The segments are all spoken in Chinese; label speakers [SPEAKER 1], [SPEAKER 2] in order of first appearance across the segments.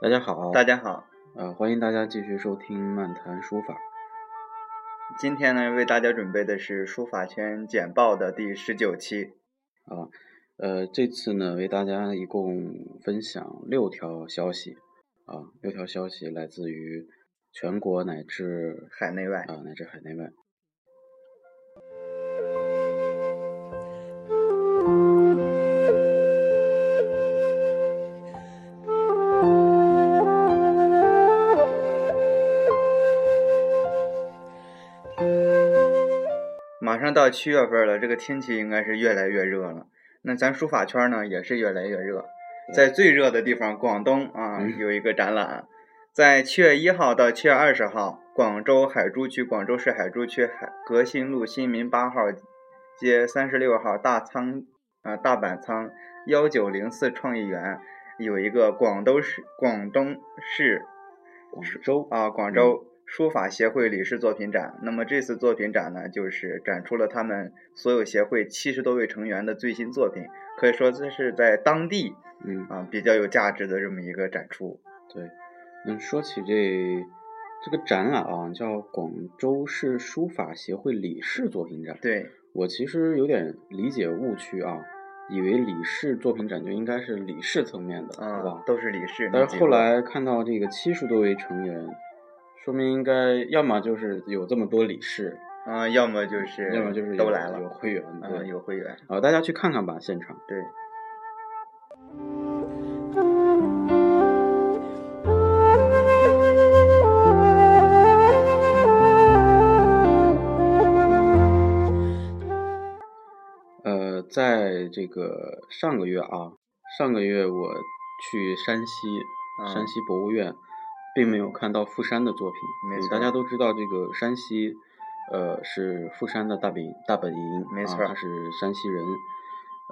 [SPEAKER 1] 大家好，
[SPEAKER 2] 呃，欢迎大家继续收听漫谈书法。
[SPEAKER 1] 今天呢为大家准备的是《书法圈简报》的第十九期。
[SPEAKER 2] 啊，呃，这次呢，为大家一共分享六条消息，啊，六条消息来自于全国乃至
[SPEAKER 1] 海内外
[SPEAKER 2] 啊，乃至海内外。
[SPEAKER 1] 马上到七月份了，这个天气应该是越来越热了。那咱书法圈呢也是越来越热，在最热的地方广东啊
[SPEAKER 2] 嗯
[SPEAKER 1] 有一个展览，在七月一号到七月二十号，广州海珠区广州市海珠区海革新路新民八号街三十六号大仓啊、大板仓幺九零四创意园有一个广东市广东市
[SPEAKER 2] 广州
[SPEAKER 1] 啊，广州书法协会理事作品展。那么这次作品展呢，就是展出了他们所有协会七十多位成员的最新作品，可以说这是在当地
[SPEAKER 2] 嗯，
[SPEAKER 1] 啊比较有价值的这么一个展出。
[SPEAKER 2] 对，嗯，说起这这个展览啊，叫广州市书法协会理事作品展。
[SPEAKER 1] 对，
[SPEAKER 2] 我其实有点理解误区啊，以为理事作品展就应该是理事层面的，对吧
[SPEAKER 1] 啊，？都是理事。
[SPEAKER 2] 但
[SPEAKER 1] 那
[SPEAKER 2] 是
[SPEAKER 1] 几
[SPEAKER 2] 后
[SPEAKER 1] 个
[SPEAKER 2] 来看到这个七十多位成员，说明应该要么就是有这么多理事，
[SPEAKER 1] 啊，要么就是
[SPEAKER 2] 要么就是
[SPEAKER 1] 都
[SPEAKER 2] 有
[SPEAKER 1] 来
[SPEAKER 2] 有
[SPEAKER 1] 了，
[SPEAKER 2] 会员，
[SPEAKER 1] 嗯，
[SPEAKER 2] 对，
[SPEAKER 1] 有会员，
[SPEAKER 2] 啊，大家去看看吧，现场。
[SPEAKER 1] 对。
[SPEAKER 2] 呃，在这个上个月啊，上个月我去山西，
[SPEAKER 1] 啊
[SPEAKER 2] 山西博物院，并没有看到傅山的作品。
[SPEAKER 1] 没
[SPEAKER 2] 嗯
[SPEAKER 1] 错
[SPEAKER 2] 大家都知道这个山西，呃，是傅山的大本大本营，
[SPEAKER 1] 没
[SPEAKER 2] 啊
[SPEAKER 1] 错
[SPEAKER 2] 他是山西人。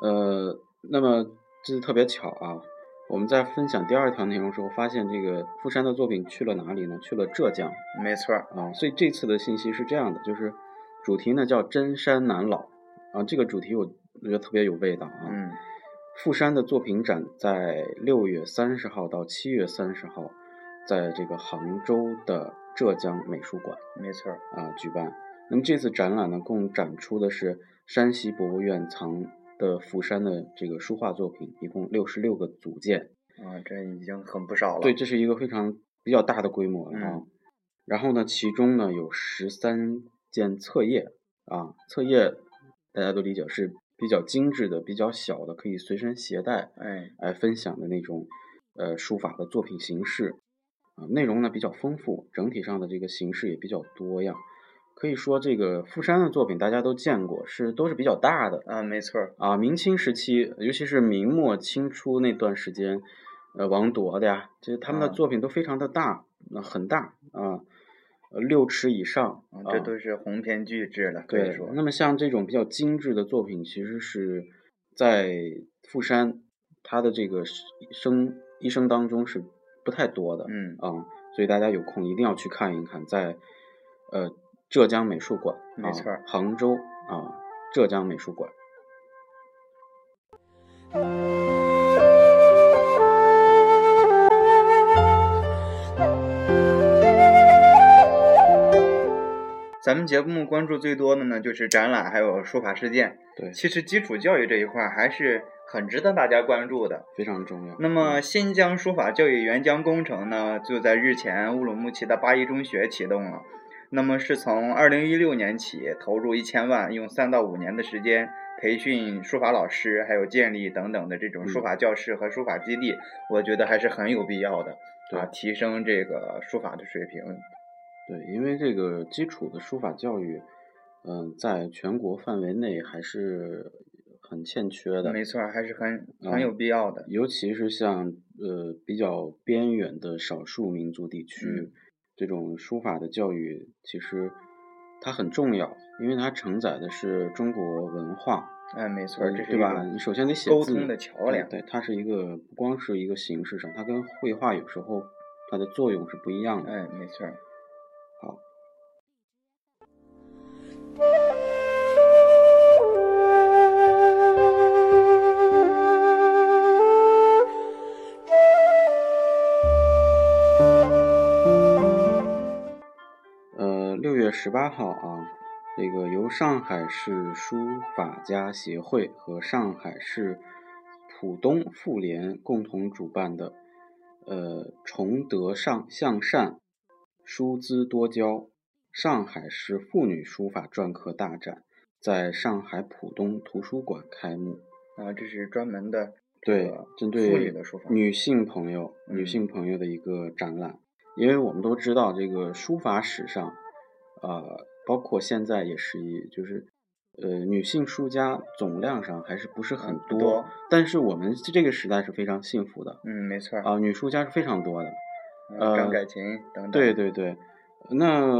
[SPEAKER 2] 呃，那么这特别巧啊，我们在分享第二条内容的时候，发现这个傅山的作品去了哪里呢？去了浙江
[SPEAKER 1] 没错儿，
[SPEAKER 2] 啊，所以这次的信息是这样的，就是主题呢叫“真山难老”，啊，这个主题我我觉得特别有味道啊。
[SPEAKER 1] 嗯，
[SPEAKER 2] 傅山的作品展在六月三十号到七月三十号，在这个杭州的浙江美术馆
[SPEAKER 1] 没错儿，
[SPEAKER 2] 啊、举办。那么这次展览呢，共展出的是山西博物院藏的傅山的这个书画作品，一共六十六个组件。
[SPEAKER 1] 啊，这已经很不少了。
[SPEAKER 2] 对，这是一个非常比较大的规模了啊。
[SPEAKER 1] 嗯
[SPEAKER 2] 然后呢，其中呢有十三件册页啊，册页大家都理解是比较精致的、比较小的，可以随身携带
[SPEAKER 1] 哎，
[SPEAKER 2] 来分享的那种呃书法的作品形式啊、内容呢比较丰富，整体上的这个形式也比较多样。可以说，这个傅山的作品大家都见过，是都是比较大的，
[SPEAKER 1] 啊，没错儿，
[SPEAKER 2] 啊，明清时期，尤其是明末清初那段时间，呃，王铎的呀，这他们的
[SPEAKER 1] 啊
[SPEAKER 2] 作品都非常的大，那、很大啊，呃六尺以上
[SPEAKER 1] 啊
[SPEAKER 2] 啊，
[SPEAKER 1] 这都是鸿篇巨制了，可以
[SPEAKER 2] 对
[SPEAKER 1] 说。
[SPEAKER 2] 那么像这种比较精致的作品，其实是在傅山他的这个是生一生当中是不太多的，
[SPEAKER 1] 嗯，
[SPEAKER 2] 啊，所以大家有空一定要去看一看，在呃浙江美术馆，
[SPEAKER 1] 没
[SPEAKER 2] 啊
[SPEAKER 1] 错儿
[SPEAKER 2] 杭州啊浙江美术馆。
[SPEAKER 1] 咱们节目关注最多的呢，就是展览还有书法事件。
[SPEAKER 2] 对，
[SPEAKER 1] 其实基础教育这一块儿还是很值得大家关注的。
[SPEAKER 2] 非常重要。
[SPEAKER 1] 那么，新疆书法教育援疆工程呢，就在日前乌鲁木齐的八一中学启动了。那么是从二零一六年起投入一千万，用三到五年的时间培训书法老师，还有建立等等的这种
[SPEAKER 2] 嗯
[SPEAKER 1] 书法教室和书法基地，我觉得还是很有必要的
[SPEAKER 2] 对
[SPEAKER 1] 啊，提升这个书法的水平。
[SPEAKER 2] 对，因为这个基础的书法教育，嗯、在全国范围内还是很欠缺的，
[SPEAKER 1] 没错儿，还是很
[SPEAKER 2] 嗯
[SPEAKER 1] 很有必要的。
[SPEAKER 2] 尤其是像呃比较边远的少数民族地区，
[SPEAKER 1] 嗯
[SPEAKER 2] 这种书法的教育其实它很重要，因为它承载的是中国文化，
[SPEAKER 1] 哎，没错儿，
[SPEAKER 2] 嗯
[SPEAKER 1] 这是
[SPEAKER 2] 对
[SPEAKER 1] 一
[SPEAKER 2] 吧？
[SPEAKER 1] 种
[SPEAKER 2] 你首先得写
[SPEAKER 1] 沟
[SPEAKER 2] 字
[SPEAKER 1] 通的桥梁
[SPEAKER 2] 嗯对，它是一个不光是一个形式上，它跟绘画有时候它的作用是不一样的。
[SPEAKER 1] 哎，没错儿。
[SPEAKER 2] 好。
[SPEAKER 3] Thank you.
[SPEAKER 2] 呃月十八号啊，这个由上海市书法家协会和上海市浦东妇联共同主办的，呃，崇德上向善，书姿多娇，上海市妇女书法篆刻大展，在上海浦东图书馆开幕。
[SPEAKER 1] 啊，这是专门的
[SPEAKER 2] 对，针对
[SPEAKER 1] 妇女的书法
[SPEAKER 2] 女性朋友、女
[SPEAKER 1] 嗯
[SPEAKER 2] 性朋友的一个展览，因为我们都知道这个书法史上，呃，包括现在也是一就是，呃，女性书家总量上还是不是很
[SPEAKER 1] 嗯不
[SPEAKER 2] 多，
[SPEAKER 1] 多
[SPEAKER 2] 但是我们这个时代是非常幸福的
[SPEAKER 1] 嗯，没错儿，
[SPEAKER 2] 啊、女书家是非常多的。
[SPEAKER 1] 嗯
[SPEAKER 2] 呃
[SPEAKER 1] 张改琴等等，
[SPEAKER 2] 对，对对，那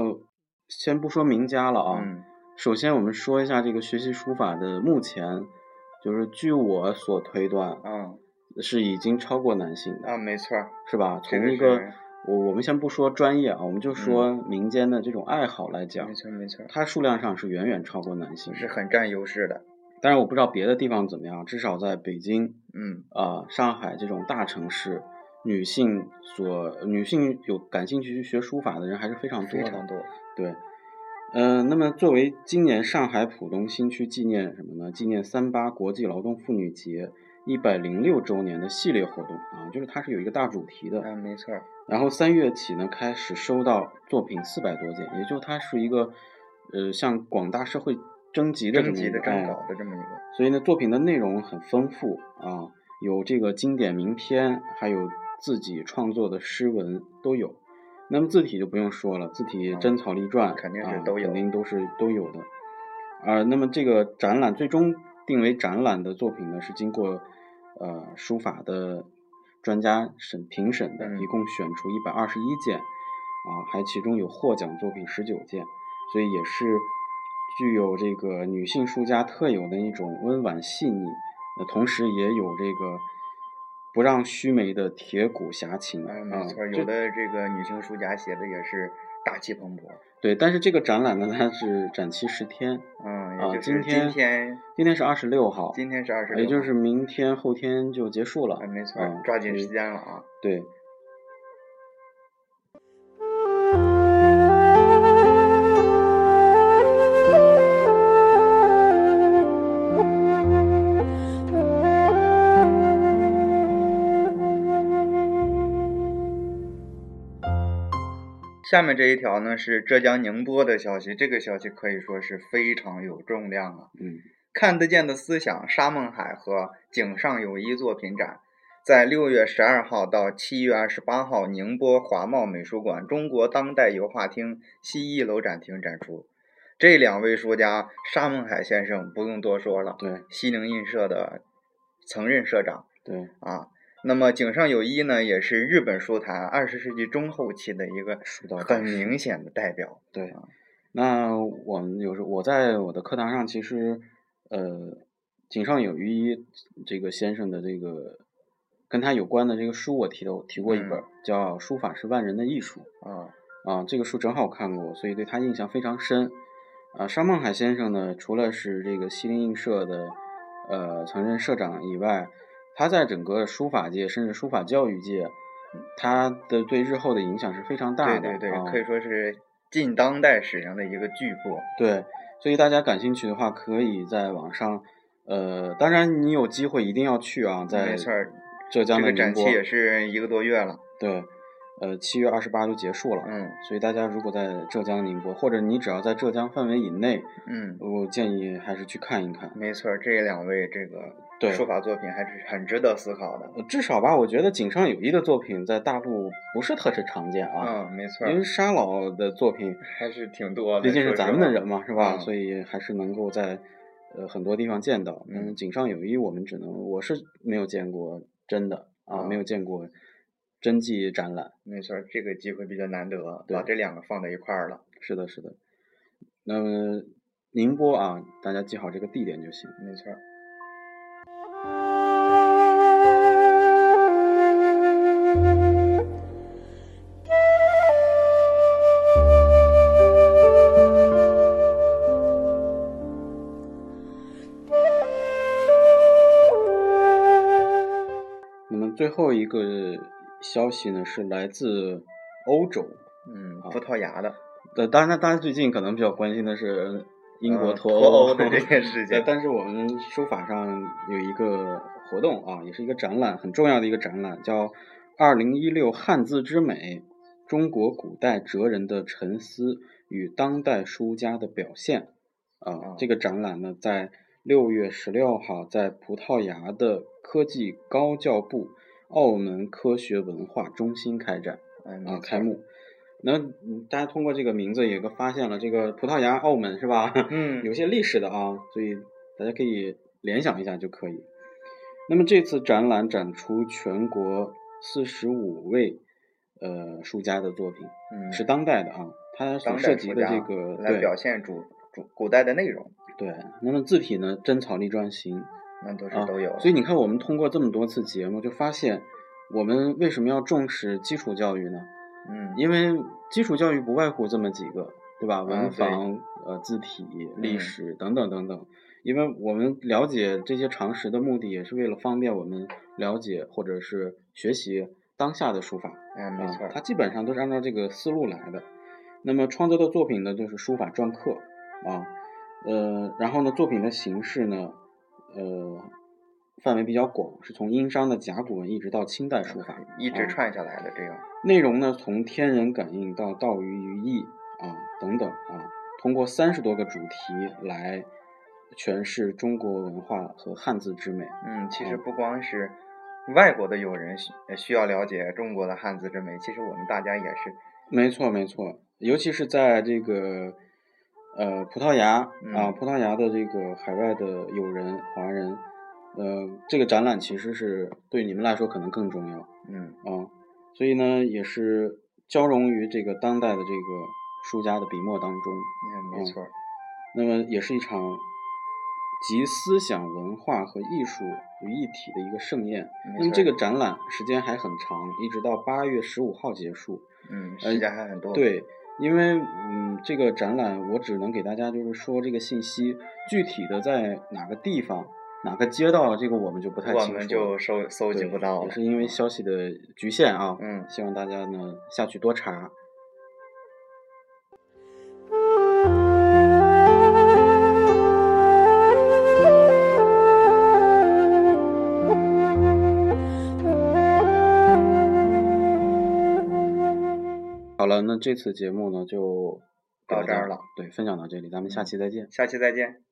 [SPEAKER 2] 先不说名家了啊，
[SPEAKER 1] 嗯
[SPEAKER 2] 首先我们说一下这个学习书法的目前，就是据我所推断。
[SPEAKER 1] 啊
[SPEAKER 2] 是已经超过男性的，
[SPEAKER 1] 啊，没错儿，
[SPEAKER 2] 是吧？
[SPEAKER 1] 这
[SPEAKER 2] 从一
[SPEAKER 1] 个
[SPEAKER 2] 个
[SPEAKER 1] 是啊
[SPEAKER 2] 我我们先不说专业啊，我们就说民间的这种爱好来讲
[SPEAKER 1] 嗯没，错儿没错儿，
[SPEAKER 2] 它数量上是远远超过男性的
[SPEAKER 1] 是很占优势的，
[SPEAKER 2] 但是我不知道别的地方怎么样，至少在北京
[SPEAKER 1] 嗯
[SPEAKER 2] 啊、上海这种大城市，女性所女性有感兴趣去学书法的人还是非常多
[SPEAKER 1] 非
[SPEAKER 2] 的。
[SPEAKER 1] 常多，
[SPEAKER 2] 对，呃，那么作为今年上海浦东新区纪念什么呢？纪念三八国际劳动妇女节一百零六周年的系列活动啊，就是它是有一个大主题的。
[SPEAKER 1] 嗯没错儿，
[SPEAKER 2] 然后三月起呢，开始收到作品四百多件，也就它是一个，呃，向广大社会征集的这
[SPEAKER 1] 征
[SPEAKER 2] 么一
[SPEAKER 1] 集
[SPEAKER 2] 个
[SPEAKER 1] 的征
[SPEAKER 2] 哎
[SPEAKER 1] 稿的这么一个，
[SPEAKER 2] 所以呢，作品的内容很丰富啊，有这个经典名篇，还有自己创作的诗文都有。那么字体就不用说了，字体《
[SPEAKER 1] 嗯
[SPEAKER 2] 真草立传》
[SPEAKER 1] 肯定是
[SPEAKER 2] 啊
[SPEAKER 1] 都有
[SPEAKER 2] 肯定都是都有的。啊，那么这个展览最终定为展览的作品呢，是经过呃书法的专家审评审的，
[SPEAKER 1] 嗯
[SPEAKER 2] 一共选出一百二十一件，啊，还其中有获奖作品十九件，所以也是具有这个女性书家特有的一种温婉细腻，呃，同时也有这个不让须眉的铁骨侠情
[SPEAKER 1] 嗯
[SPEAKER 2] 啊
[SPEAKER 1] 没错儿，
[SPEAKER 2] 这
[SPEAKER 1] 有的这个女性书家写的也是大气蓬勃，
[SPEAKER 2] 对，但是这个展览呢，它是展期十天，
[SPEAKER 1] 嗯，
[SPEAKER 2] 啊
[SPEAKER 1] 也就
[SPEAKER 2] 今
[SPEAKER 1] 是
[SPEAKER 2] 天
[SPEAKER 1] 今天
[SPEAKER 2] 今天是二十六号，
[SPEAKER 1] 今天是二十，
[SPEAKER 2] 也就是明天后天就结束了。
[SPEAKER 1] 嗯没错
[SPEAKER 2] 啊
[SPEAKER 1] 儿，抓紧
[SPEAKER 2] 所以
[SPEAKER 1] 时间了啊，
[SPEAKER 2] 对，
[SPEAKER 1] 下面这一条呢是浙江宁波的消息，这个消息可以说是非常有重量啊。
[SPEAKER 2] 嗯，
[SPEAKER 1] 看得见的思想沙孟海和井上有一作品展，在六月十二号到七月二十八号，宁波华贸美术馆中国当代油画厅西一楼展厅展出。这两位书家，沙孟海先生不用多说了，
[SPEAKER 2] 对
[SPEAKER 1] 西宁印社的曾任社长
[SPEAKER 2] 对，
[SPEAKER 1] 啊。那么井上有一呢，也是日本书坛二十世纪中后期的一个
[SPEAKER 2] 疏导
[SPEAKER 1] 很明显的代表。
[SPEAKER 2] 对
[SPEAKER 1] 啊。
[SPEAKER 2] 那我们有时我在我的课堂上，其实呃，井上有于一这个先生的这个跟他有关的这个书，我提到提过一
[SPEAKER 1] 嗯
[SPEAKER 2] 本儿，叫《书法是万人的艺术》。
[SPEAKER 1] 啊，
[SPEAKER 2] 啊，这个书正好我看过，所以对他印象非常深。啊，沙孟海先生呢，除了是这个西泠印社的呃曾任社长以外，他在整个书法界甚至书法教育界，他的对日后的影响是非常大
[SPEAKER 1] 对
[SPEAKER 2] 的。
[SPEAKER 1] 对对，
[SPEAKER 2] 啊、
[SPEAKER 1] 可以说是近当代史上的一个巨擘。
[SPEAKER 2] 对，所以大家感兴趣的话，可以在网上，呃，当然你有机会一定要去啊，在
[SPEAKER 1] 嗯没错儿，
[SPEAKER 2] 浙江
[SPEAKER 1] 这
[SPEAKER 2] 的
[SPEAKER 1] 个
[SPEAKER 2] 宁
[SPEAKER 1] 展期
[SPEAKER 2] 波，
[SPEAKER 1] 也是一个多月了。
[SPEAKER 2] 对，呃，七月二十八就结束了。
[SPEAKER 1] 嗯
[SPEAKER 2] 所以大家如果在浙江宁波，或者你只要在浙江范围以内，
[SPEAKER 1] 嗯，
[SPEAKER 2] 我建议还是去看一看。
[SPEAKER 1] 没错儿，这两位这个
[SPEAKER 2] 对
[SPEAKER 1] 书法作品还是很值得思考的。
[SPEAKER 2] 呃至少吧，我觉得井上有一的作品在大陆不是特别常见啊，
[SPEAKER 1] 嗯，没错儿
[SPEAKER 2] 因为，沙老的作品
[SPEAKER 1] 还是挺多的。
[SPEAKER 2] 毕竟是
[SPEAKER 1] 说实
[SPEAKER 2] 咱们的
[SPEAKER 1] 话
[SPEAKER 2] 人嘛，是吧？
[SPEAKER 1] 嗯
[SPEAKER 2] 所以还是能够在呃很多地方见到。
[SPEAKER 1] 嗯
[SPEAKER 2] 嗯，井上有一我们只能我是没有见过真的啊，
[SPEAKER 1] 嗯
[SPEAKER 2] 没有见过真迹展览。
[SPEAKER 1] 没错儿，这个机会比较难得，
[SPEAKER 2] 对
[SPEAKER 1] 把这两个放在一块儿了。
[SPEAKER 2] 是的，是的。那么宁波啊，大家记好这个地点就行。
[SPEAKER 1] 没错儿，
[SPEAKER 2] 那么最后一个消息呢，是来自欧洲。
[SPEAKER 1] 嗯，
[SPEAKER 2] 好
[SPEAKER 1] 葡萄牙的，
[SPEAKER 2] 对，当然，当然最近可能比较关心的是英国
[SPEAKER 1] 嗯
[SPEAKER 2] 脱
[SPEAKER 1] 脱欧的
[SPEAKER 2] 的
[SPEAKER 1] 这件事
[SPEAKER 2] 对
[SPEAKER 1] 情，
[SPEAKER 2] 但是我们书法上有一个活动啊，也是一个展览，很重要的一个展览，叫“二零一六汉字之美：中国古代哲人的沉思与当代书家的表现”啊
[SPEAKER 1] 哦，
[SPEAKER 2] 这个展览呢，在六月十六号在葡萄牙的科技高教部澳门科学文化中心开展。
[SPEAKER 1] 哎
[SPEAKER 2] 啊开，幕。那嗯大家通过这个名字也个发现了，这个葡萄牙、澳门是吧？
[SPEAKER 1] 嗯
[SPEAKER 2] 有些历史的啊，所以大家可以联想一下就可以。那么这次展览展出全国四十五位呃书家的作品，
[SPEAKER 1] 嗯
[SPEAKER 2] 是当代的啊，它所
[SPEAKER 1] 当
[SPEAKER 2] 涉
[SPEAKER 1] 代
[SPEAKER 2] 及
[SPEAKER 1] 书
[SPEAKER 2] 的
[SPEAKER 1] 家
[SPEAKER 2] 这个
[SPEAKER 1] 来
[SPEAKER 2] 对
[SPEAKER 1] 表现主主古代的内容，
[SPEAKER 2] 对，那么字体呢，真草隶篆行，
[SPEAKER 1] 那都
[SPEAKER 2] 啊
[SPEAKER 1] 是都有，
[SPEAKER 2] 所以你看，我们通过这么多次节目，就发现我们为什么要重视基础教育呢？
[SPEAKER 1] 嗯，
[SPEAKER 2] 因为基础教育不外乎这么几个，对吧？文
[SPEAKER 1] 嗯对
[SPEAKER 2] 房、呃字体、历
[SPEAKER 1] 嗯
[SPEAKER 2] 史等等等等。因为我们了解这些常识的目的，也是为了方便我们了解或者是学习当下的书法。
[SPEAKER 1] 哎，没
[SPEAKER 2] 啊
[SPEAKER 1] 错，儿，
[SPEAKER 2] 它基本上都是按照这个思路来的。那么创作的作品呢，就是书法篆刻啊，呃，然后呢，作品的形式呢，呃，范围比较广，是从殷商的甲骨文一直到清代书法，
[SPEAKER 1] 一直
[SPEAKER 2] 啊
[SPEAKER 1] 串下来的这样，
[SPEAKER 2] 内容呢，从天人感应到道于于意啊等等啊，通过三十多个主题来诠释中国文化和汉字之美。
[SPEAKER 1] 嗯，其
[SPEAKER 2] 啊
[SPEAKER 1] 实不光是外国的友人需呃需要了解中国的汉字之美，其实我们大家也是，
[SPEAKER 2] 没错，没错，尤其是在这个呃葡萄牙、啊，
[SPEAKER 1] 嗯
[SPEAKER 2] 葡萄牙的这个海外的友人华人，呃，这个展览其实是对你们来说可能更重要。
[SPEAKER 1] 嗯
[SPEAKER 2] 啊，所以呢，也是交融于这个当代的这个书家的笔墨当中。
[SPEAKER 1] 嗯，没
[SPEAKER 2] 嗯
[SPEAKER 1] 错儿，
[SPEAKER 2] 那么也是一场集思想、文化和艺术于一体的一个盛宴。
[SPEAKER 1] 没
[SPEAKER 2] 那么
[SPEAKER 1] 错
[SPEAKER 2] 这
[SPEAKER 1] 儿
[SPEAKER 2] 个展览时间还很长，一直到八月十五号结束。
[SPEAKER 1] 嗯，
[SPEAKER 2] 呃
[SPEAKER 1] 时间还很多，，
[SPEAKER 2] 对，因为嗯，这个展览我只能给大家就是说这个信息，具体的在哪个地方、哪个街道，这个我们就不太
[SPEAKER 1] 我
[SPEAKER 2] 清楚了。
[SPEAKER 1] 们就收搜集
[SPEAKER 2] 对
[SPEAKER 1] 不到
[SPEAKER 2] 也
[SPEAKER 1] 了，
[SPEAKER 2] 是因为消息的局限啊。
[SPEAKER 1] 嗯
[SPEAKER 2] 希望大家呢下去多查。好了，那这次节目呢就给
[SPEAKER 1] 到
[SPEAKER 2] 大
[SPEAKER 1] 这
[SPEAKER 2] 家
[SPEAKER 1] 儿了，嗯
[SPEAKER 2] 对，分享到这里，咱们下期再见。
[SPEAKER 1] 下期再见。